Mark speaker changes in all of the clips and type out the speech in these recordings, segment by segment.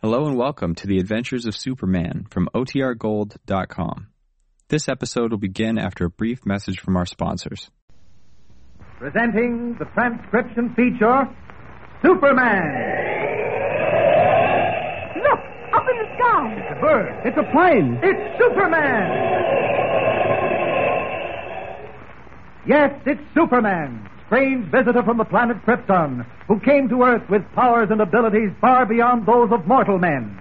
Speaker 1: Hello and welcome to the Adventures of Superman from OTRGold.com. This episode will begin after a brief message from our sponsors.
Speaker 2: Presenting the transcription feature Superman!
Speaker 3: Look, up in the sky.
Speaker 2: It's a bird. It's a plane. It's Superman! Yes, it's Superman, strange visitor from the planet Krypton, who came to Earth with powers and abilities far beyond those of mortal men.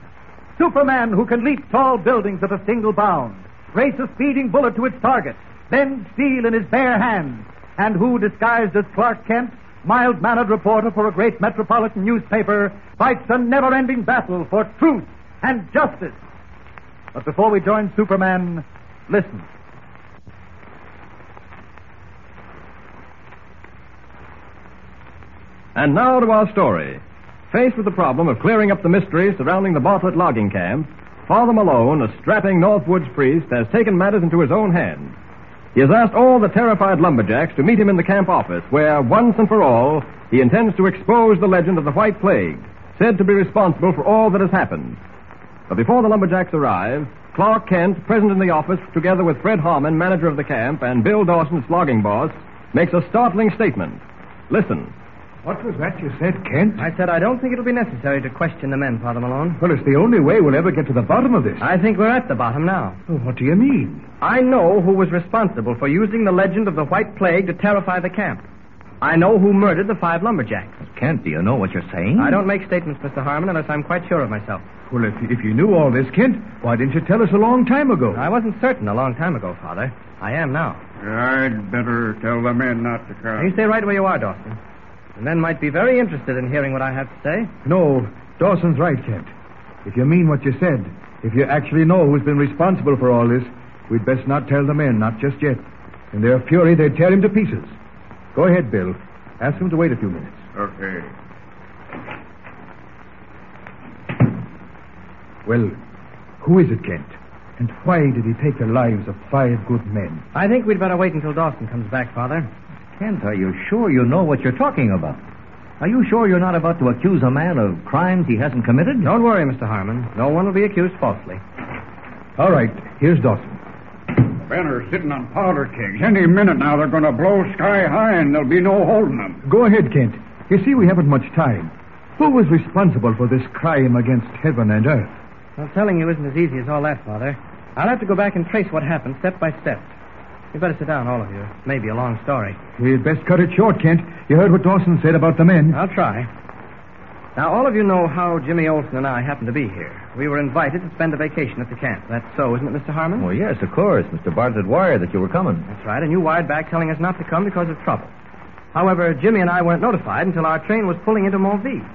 Speaker 2: Superman who can leap tall buildings at a single bound, race a speeding bullet to its target, bend steel in his bare hands, and who, disguised as Clark Kent, mild mannered reporter for a great metropolitan newspaper, fights a never ending battle for truth and justice. But before we join Superman, listen.
Speaker 4: And now to our story. Faced with the problem of clearing up the mystery surrounding the Bartlett logging camp, Father Malone, a strapping Northwoods priest, has taken matters into his own hands. He has asked all the terrified lumberjacks to meet him in the camp office, where, once and for all, he intends to expose the legend of the White Plague, said to be responsible for all that has happened. But before the lumberjacks arrive, Clark Kent, present in the office, together with Fred Harmon, manager of the camp, and Bill Dawson, its logging boss, makes a startling statement. Listen.
Speaker 5: What was that you said, Kent?
Speaker 6: I said I don't think it'll be necessary to question the men, Father Malone.
Speaker 5: Well, it's the only way we'll ever get to the bottom of this.
Speaker 6: I think we're at the bottom now.
Speaker 5: Oh, what do you mean?
Speaker 6: I know who was responsible for using the legend of the White Plague to terrify the camp. I know who murdered the five lumberjacks.
Speaker 7: Kent, do you know what you're saying?
Speaker 6: I don't make statements, Mr. Harmon, unless I'm quite sure of myself.
Speaker 5: Well, if, if you knew all this, Kent, why didn't you tell us a long time ago?
Speaker 6: I wasn't certain a long time ago, Father. I am now.
Speaker 8: I'd better tell the men not to
Speaker 6: You
Speaker 8: come.
Speaker 6: stay right where you are, Dawson. The men might be very interested in hearing what I have to say.
Speaker 5: No, Dawson's right, Kent. If you mean what you said, if you actually know who's been responsible for all this, we'd best not tell the men, not just yet. In their fury, they'd tear him to pieces. Go ahead, Bill. Ask them to wait a few minutes.
Speaker 8: Okay.
Speaker 5: Well, who is it, Kent? And why did he take the lives of five good men?
Speaker 6: I think we'd better wait until Dawson comes back, Father.
Speaker 7: Kent, are you sure you know what you're talking about? Are you sure you're not about to accuse a man of crimes he hasn't committed?
Speaker 6: Don't worry, Mr. Harmon. No one will be accused falsely.
Speaker 5: All right, here's Dawson.
Speaker 8: Men are sitting on powder kegs. Any minute now, they're going to blow sky high, and there'll be no holding them.
Speaker 5: Go ahead, Kent. You see, we haven't much time. Who was responsible for this crime against heaven and earth?
Speaker 6: Well, telling you isn't as easy as all that, Father. I'll have to go back and trace what happened step by step. You'd better sit down, all of you. It may be a long story.
Speaker 5: We'd best cut it short, Kent. You heard what Dawson said about the men.
Speaker 6: I'll try. Now, all of you know how Jimmy Olsen and I happened to be here. We were invited to spend a vacation at the camp. That's so, isn't it, Mr. Harmon?
Speaker 7: Well, Oh, yes, of course. Mr. Bartlett wired that you were coming.
Speaker 6: That's right, and you wired back telling us not to come because of trouble. However, Jimmy and I weren't notified until our train was pulling into Montville.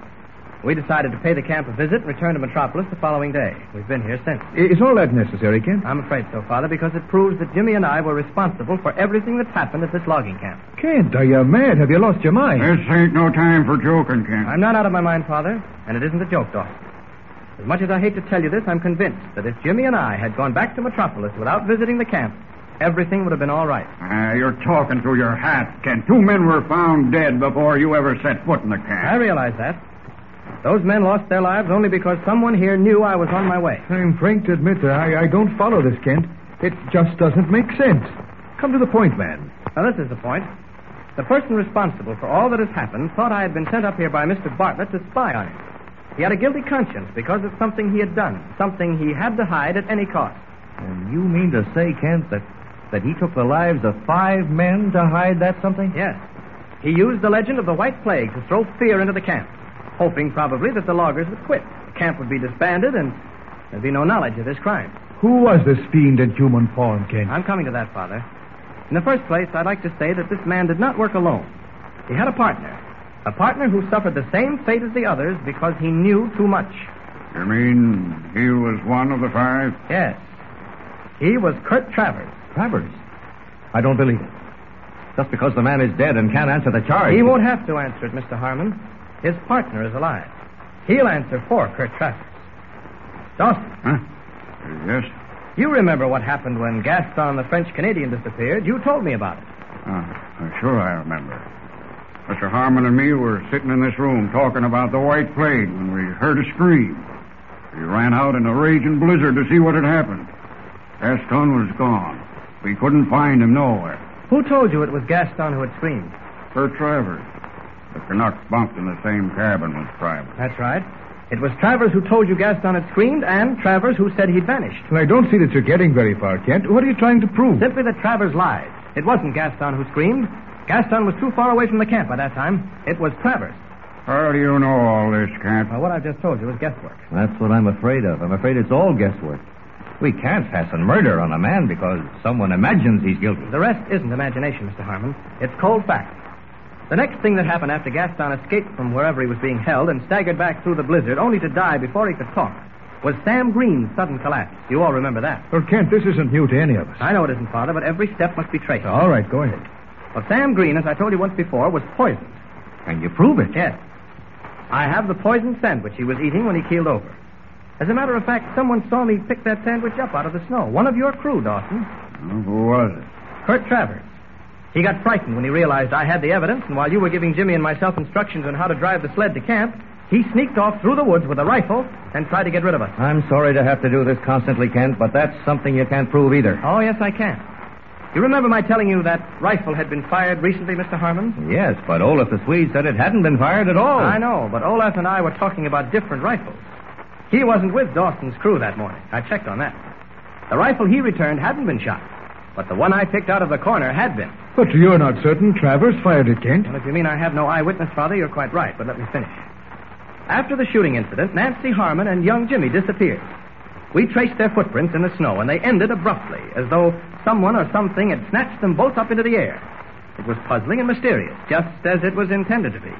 Speaker 6: We decided to pay the camp a visit and return to Metropolis the following day. We've been here since.
Speaker 5: Is all that necessary, Kent?
Speaker 6: I'm afraid so, Father, because it proves that Jimmy and I were responsible for everything that's happened at this logging camp.
Speaker 5: Kent, are you mad? Have you lost your mind?
Speaker 8: This ain't no time for joking, Kent.
Speaker 6: I'm not out of my mind, Father, and it isn't a joke, Dawson. As much as I hate to tell you this, I'm convinced that if Jimmy and I had gone back to Metropolis without visiting the camp, everything would have been all right.
Speaker 8: Ah, you're talking through your hat, Kent. Two men were found dead before you ever set foot in the
Speaker 6: I
Speaker 8: camp.
Speaker 6: realize that. Those men lost their lives only because someone here knew I was on my way.
Speaker 5: I'm frank to
Speaker 7: uh,
Speaker 5: admit that I, I don't follow this, Kent. It just doesn't make sense. Come to the point, man.
Speaker 6: Now, this is the point. The person responsible for all that has happened thought I had been sent up here by Mr. Bartlett to spy on him. He had a guilty conscience because of something he had done, something he had to hide at any cost.
Speaker 7: And you mean to say, Kent, that, that he took the lives of five men to hide that something?
Speaker 6: Yes. He used the legend of the White Plague to throw fear into the camp, hoping probably that the loggers would quit. The camp would be disbanded and there'd be no knowledge of this crime.
Speaker 5: Who was this fiend in human form, Kent?
Speaker 6: I'm coming to that, Father. In the first place, I'd like to say that this man did not work alone. He had a partner. A partner who suffered the same fate as the others because he knew too much.
Speaker 8: You mean he was one of the five?
Speaker 6: Yes. He was Kurt Travers.
Speaker 7: Travers. I don't believe it. Just because the man is dead and can't answer the charge.
Speaker 6: He won't have to answer it, Mr. Harmon. His partner is alive. He'll answer for Kurt Travers. Dawson,
Speaker 8: Huh? Yes?
Speaker 6: You remember what happened when Gaston, the French Canadian, disappeared. You told me about it.
Speaker 8: Ah, sure, I remember. Mr. Harmon and me were sitting in this room talking about the White Plague when we heard a scream. ran out in a raging blizzard to see what had happened. Gaston was gone. We couldn't find him nowhere.
Speaker 6: Who told you it was Gaston who had screamed?
Speaker 8: Sir Travers. The Canuck bunked in the same cabin with Travers.
Speaker 6: That's right. It was Travers who told you Gaston had screamed, and Travers who said he'd vanished.
Speaker 5: Well, I don't see that you're getting very far, Kent. What are you trying to prove?
Speaker 6: Simply that Travers lied. It wasn't Gaston who screamed. Gaston was too far away from the camp by that time. It was Travers.
Speaker 8: How do you know all this, Kent?
Speaker 6: Well, what I've just told you is guesswork.
Speaker 7: That's what I'm afraid of. I'm afraid it's all guesswork. We can't fasten murder on a man because someone imagines he's guilty.
Speaker 6: The rest isn't imagination, Mr. Harmon. It's cold fact. The next thing that happened after Gaston escaped from wherever he was being held and staggered back through the blizzard, only to die before he could talk, was Sam Green's sudden collapse. You all remember that.
Speaker 5: Well, Kent, this isn't new to any of us.
Speaker 6: I know it isn't, Father, but every step must be traced.
Speaker 5: All right, go ahead.
Speaker 6: Well, Sam Green, as I told you once before, was poisoned.
Speaker 7: Can you prove it?
Speaker 6: Yes. I have the poisoned sandwich he was eating when he keeled over. As a matter of fact, someone saw me pick that sandwich up out of the snow. One of your crew, Dawson.
Speaker 8: Who was it?
Speaker 6: Kurt Travers. He got frightened when he realized I had the evidence, and while you were giving Jimmy and myself instructions on how to drive the sled to camp, he sneaked off through the woods with a rifle and tried to get rid of us.
Speaker 7: I'm sorry to have to do this constantly, Kent, but that's something you can't prove either.
Speaker 6: Oh, yes, I can. You remember my telling you that rifle had been fired recently, Mr. Harmon?
Speaker 7: Yes, but Olaf the Swede said it hadn't been fired at
Speaker 5: Oh.
Speaker 7: all.
Speaker 6: I know, but Olaf and I were talking about different rifles. He wasn't with Dawson's crew that morning. I checked on that. The rifle he returned hadn't been shot, but the one I picked out of the corner had been.
Speaker 5: But you're not certain Travers fired it, Kent.
Speaker 6: Well, if you mean I have no eyewitness, Father, you're quite right, but let me finish. After the shooting incident, Nancy Harmon and young Jimmy disappeared. We traced their footprints in the snow, and they ended abruptly, as though someone or something had snatched them both up into the air. It was puzzling and mysterious, just as it was intended to be.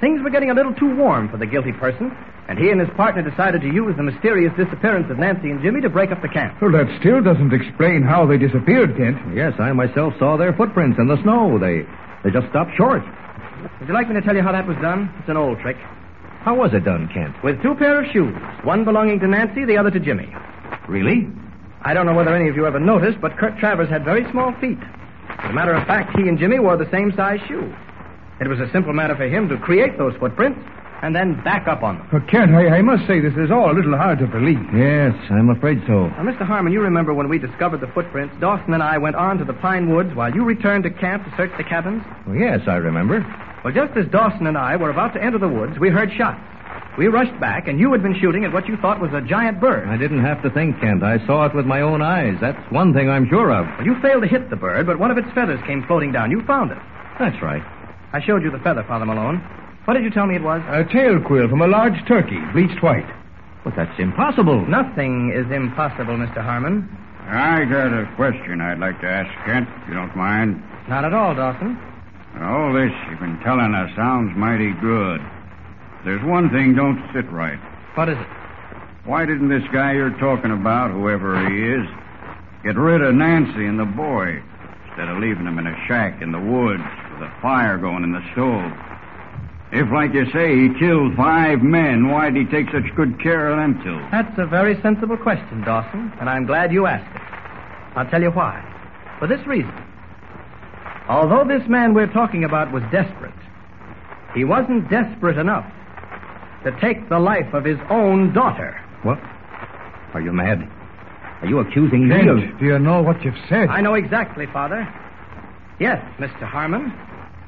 Speaker 6: Things were getting a little too warm for the guilty person, and he and his partner decided to use the mysterious disappearance of Nancy and Jimmy to break up the camp.
Speaker 5: Well, that still doesn't explain how they disappeared, Kent.
Speaker 7: Yes, I myself saw their footprints in the snow. They they just stopped short.
Speaker 6: Would you like me to tell you how that was done? It's an old trick.
Speaker 7: How was it done, Kent?
Speaker 6: With two pair of shoes, one belonging to Nancy, the other to Jimmy.
Speaker 7: Really?
Speaker 6: I don't know whether any of you ever noticed, but Kurt Travers had very small feet. As a matter of fact, he and Jimmy wore the same size shoe. It was a simple matter for him to create those footprints and then back up on them.
Speaker 5: But, Kent, I, I must say this is all a little hard to believe.
Speaker 7: Yes, I'm afraid so.
Speaker 6: Now, Mr. Harmon, you remember when we discovered the footprints, Dawson and I went on to the pine woods while you returned to camp to search the cabins?
Speaker 7: Yes, I remember.
Speaker 6: Well, just as Dawson and I were about to enter the woods, we heard shots. We rushed back, and you had been shooting at what you thought was a giant bird.
Speaker 7: I didn't have to think, Kent. I saw it with my own eyes. That's one thing I'm sure of.
Speaker 6: Well, you failed to hit the bird, but one of its feathers came floating down. You found it.
Speaker 7: That's right.
Speaker 6: I showed you the feather, Father Malone. What did you tell me it was?
Speaker 5: A tail quill from a large turkey, bleached white.
Speaker 7: But that's impossible.
Speaker 6: Nothing is impossible, Mr. Harmon.
Speaker 8: I got a question I'd like to ask Kent, if you don't mind.
Speaker 6: Not at all, Dawson.
Speaker 8: All this you've been telling us sounds mighty good. There's one thing don't sit right.
Speaker 6: What is it?
Speaker 8: Why didn't this guy you're talking about, whoever he is, get rid of Nancy and the boy instead of leaving them in a shack in the woods with a fire going in the stove? If, like you say, he killed five men, why'd he take such good care of them two?
Speaker 6: That's a very sensible question, Dawson, and I'm glad you asked it. I'll tell you why. For this reason. Although this man we're talking about was desperate, he wasn't desperate enough to take the life of his own daughter.
Speaker 7: What? Are you mad? Are you accusing me of...
Speaker 5: Kent, do you know what you've said?
Speaker 6: I know exactly, Father. Yes, Mr. Harmon.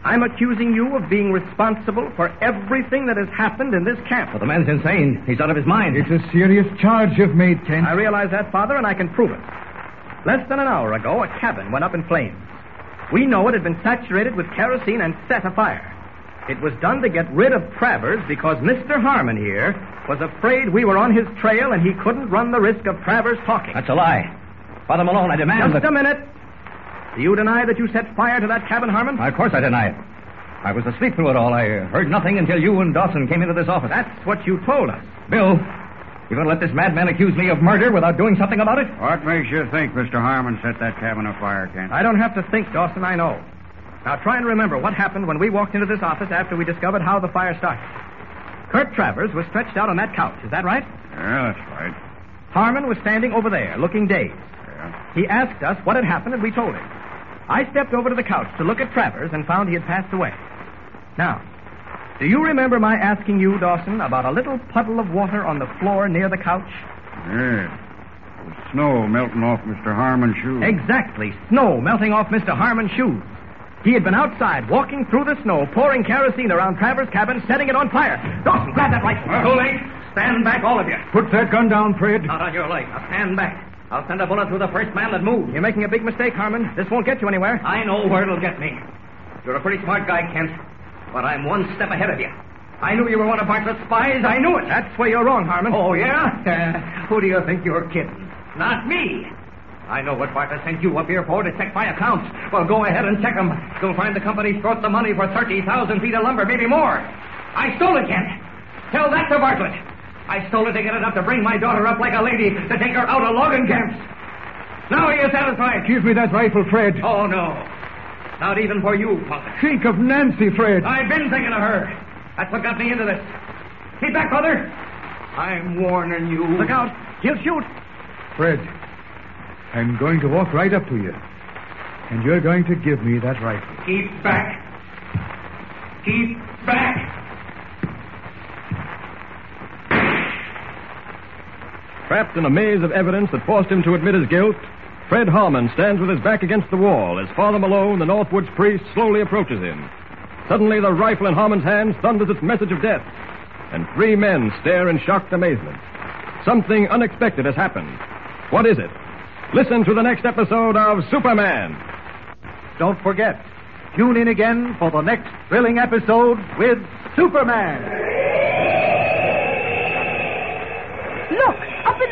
Speaker 6: I'm accusing you of being responsible for everything that has happened in this camp.
Speaker 7: Well, the man's insane. He's out of his mind.
Speaker 5: It's a serious charge you've made, Kent.
Speaker 6: I realize that, Father, and I can prove it. Less than an hour ago, a cabin went up in flames. We know it had been saturated with kerosene and set afire. It was done to get rid of Travers because Mr. Harmon here was afraid we were on his trail and he couldn't run the risk of Travers talking.
Speaker 7: That's a lie. Father Malone, I demand
Speaker 6: Just
Speaker 7: that...
Speaker 6: a minute. Do you deny that you set fire to that cabin, Harmon?
Speaker 7: Of course I deny it. I was asleep through it all. I uh, heard nothing until you and Dawson came into this office.
Speaker 6: That's what you told us.
Speaker 7: Bill, you gonna let this madman accuse me of murder without doing something about it?
Speaker 8: What makes you think Mr. Harmon set that cabin afire, Kent?
Speaker 6: I don't have to think, Dawson. I know. Now try and remember what happened when we walked into this office after we discovered how the fire started. Kurt Travers was stretched out on that couch. Is that right?
Speaker 8: Yeah, that's right.
Speaker 6: Harmon was standing over there, looking dazed.
Speaker 8: Yeah.
Speaker 6: He asked us what had happened, and we told him. I stepped over to the couch to look at Travers and found he had passed away. Now,
Speaker 9: Do you remember my asking you, Dawson, about a little puddle of water on the floor near the couch?
Speaker 8: Yeah. It was snow melting off Mr. Harmon's shoe.
Speaker 9: Mm. Exactly. Snow melting off Mr. Harmon's shoes. He had been outside, walking through the snow, pouring kerosene around Travers' cabin, setting it on fire. Dawson, grab that rifle. Too late. Stand back, all of you.
Speaker 10: Put that gun down, Fred.
Speaker 6: Uh,
Speaker 9: Not on your life. Now stand back. I'll send a bullet through the first man that moves. You're making a big mistake, Harmon. This won't get you anywhere. I know where it'll get me. You're a pretty smart guy, Kent. But I'm one step ahead of you. I knew you were one of Bartlett's spies. I knew it. That's where you're wrong, Harmon. Oh, yeah? who do you think you're kidding? Not me. I know what Bartlett sent you up here for to check my accounts. Well, go ahead and check them. You'll find the company's brought the money for 30,000 feet of lumber, maybe more. I stole it, Kent. Tell that to Bartlett. I stole it to get enough to bring my daughter up like a lady, to take her out of logging camps. Now are you satisfied?
Speaker 10: Give me that rifle, Fred.
Speaker 9: Oh, no. Not even for you, Father.
Speaker 10: Think of Nancy, Fred.
Speaker 9: I've been thinking of her. That's what got me into this. Keep back, Father. I'm warning you. Look out. He'll shoot.
Speaker 10: Fred, I'm going to walk right up to you. And you're going to give me that rifle.
Speaker 9: Keep back. Keep back.
Speaker 5: Trapped in a maze of evidence that forced him to admit his guilt, Fred Harmon stands with his back against the wall as Father Malone, the Northwoods priest, slowly approaches him. Suddenly, the rifle in Harmon's hands thunders its message of death, and three men stare in shocked amazement. Something unexpected has happened. What is it? Listen to the next episode of Superman.
Speaker 6: Don't forget, tune in again for the next thrilling episode with Superman.
Speaker 11: Look, up in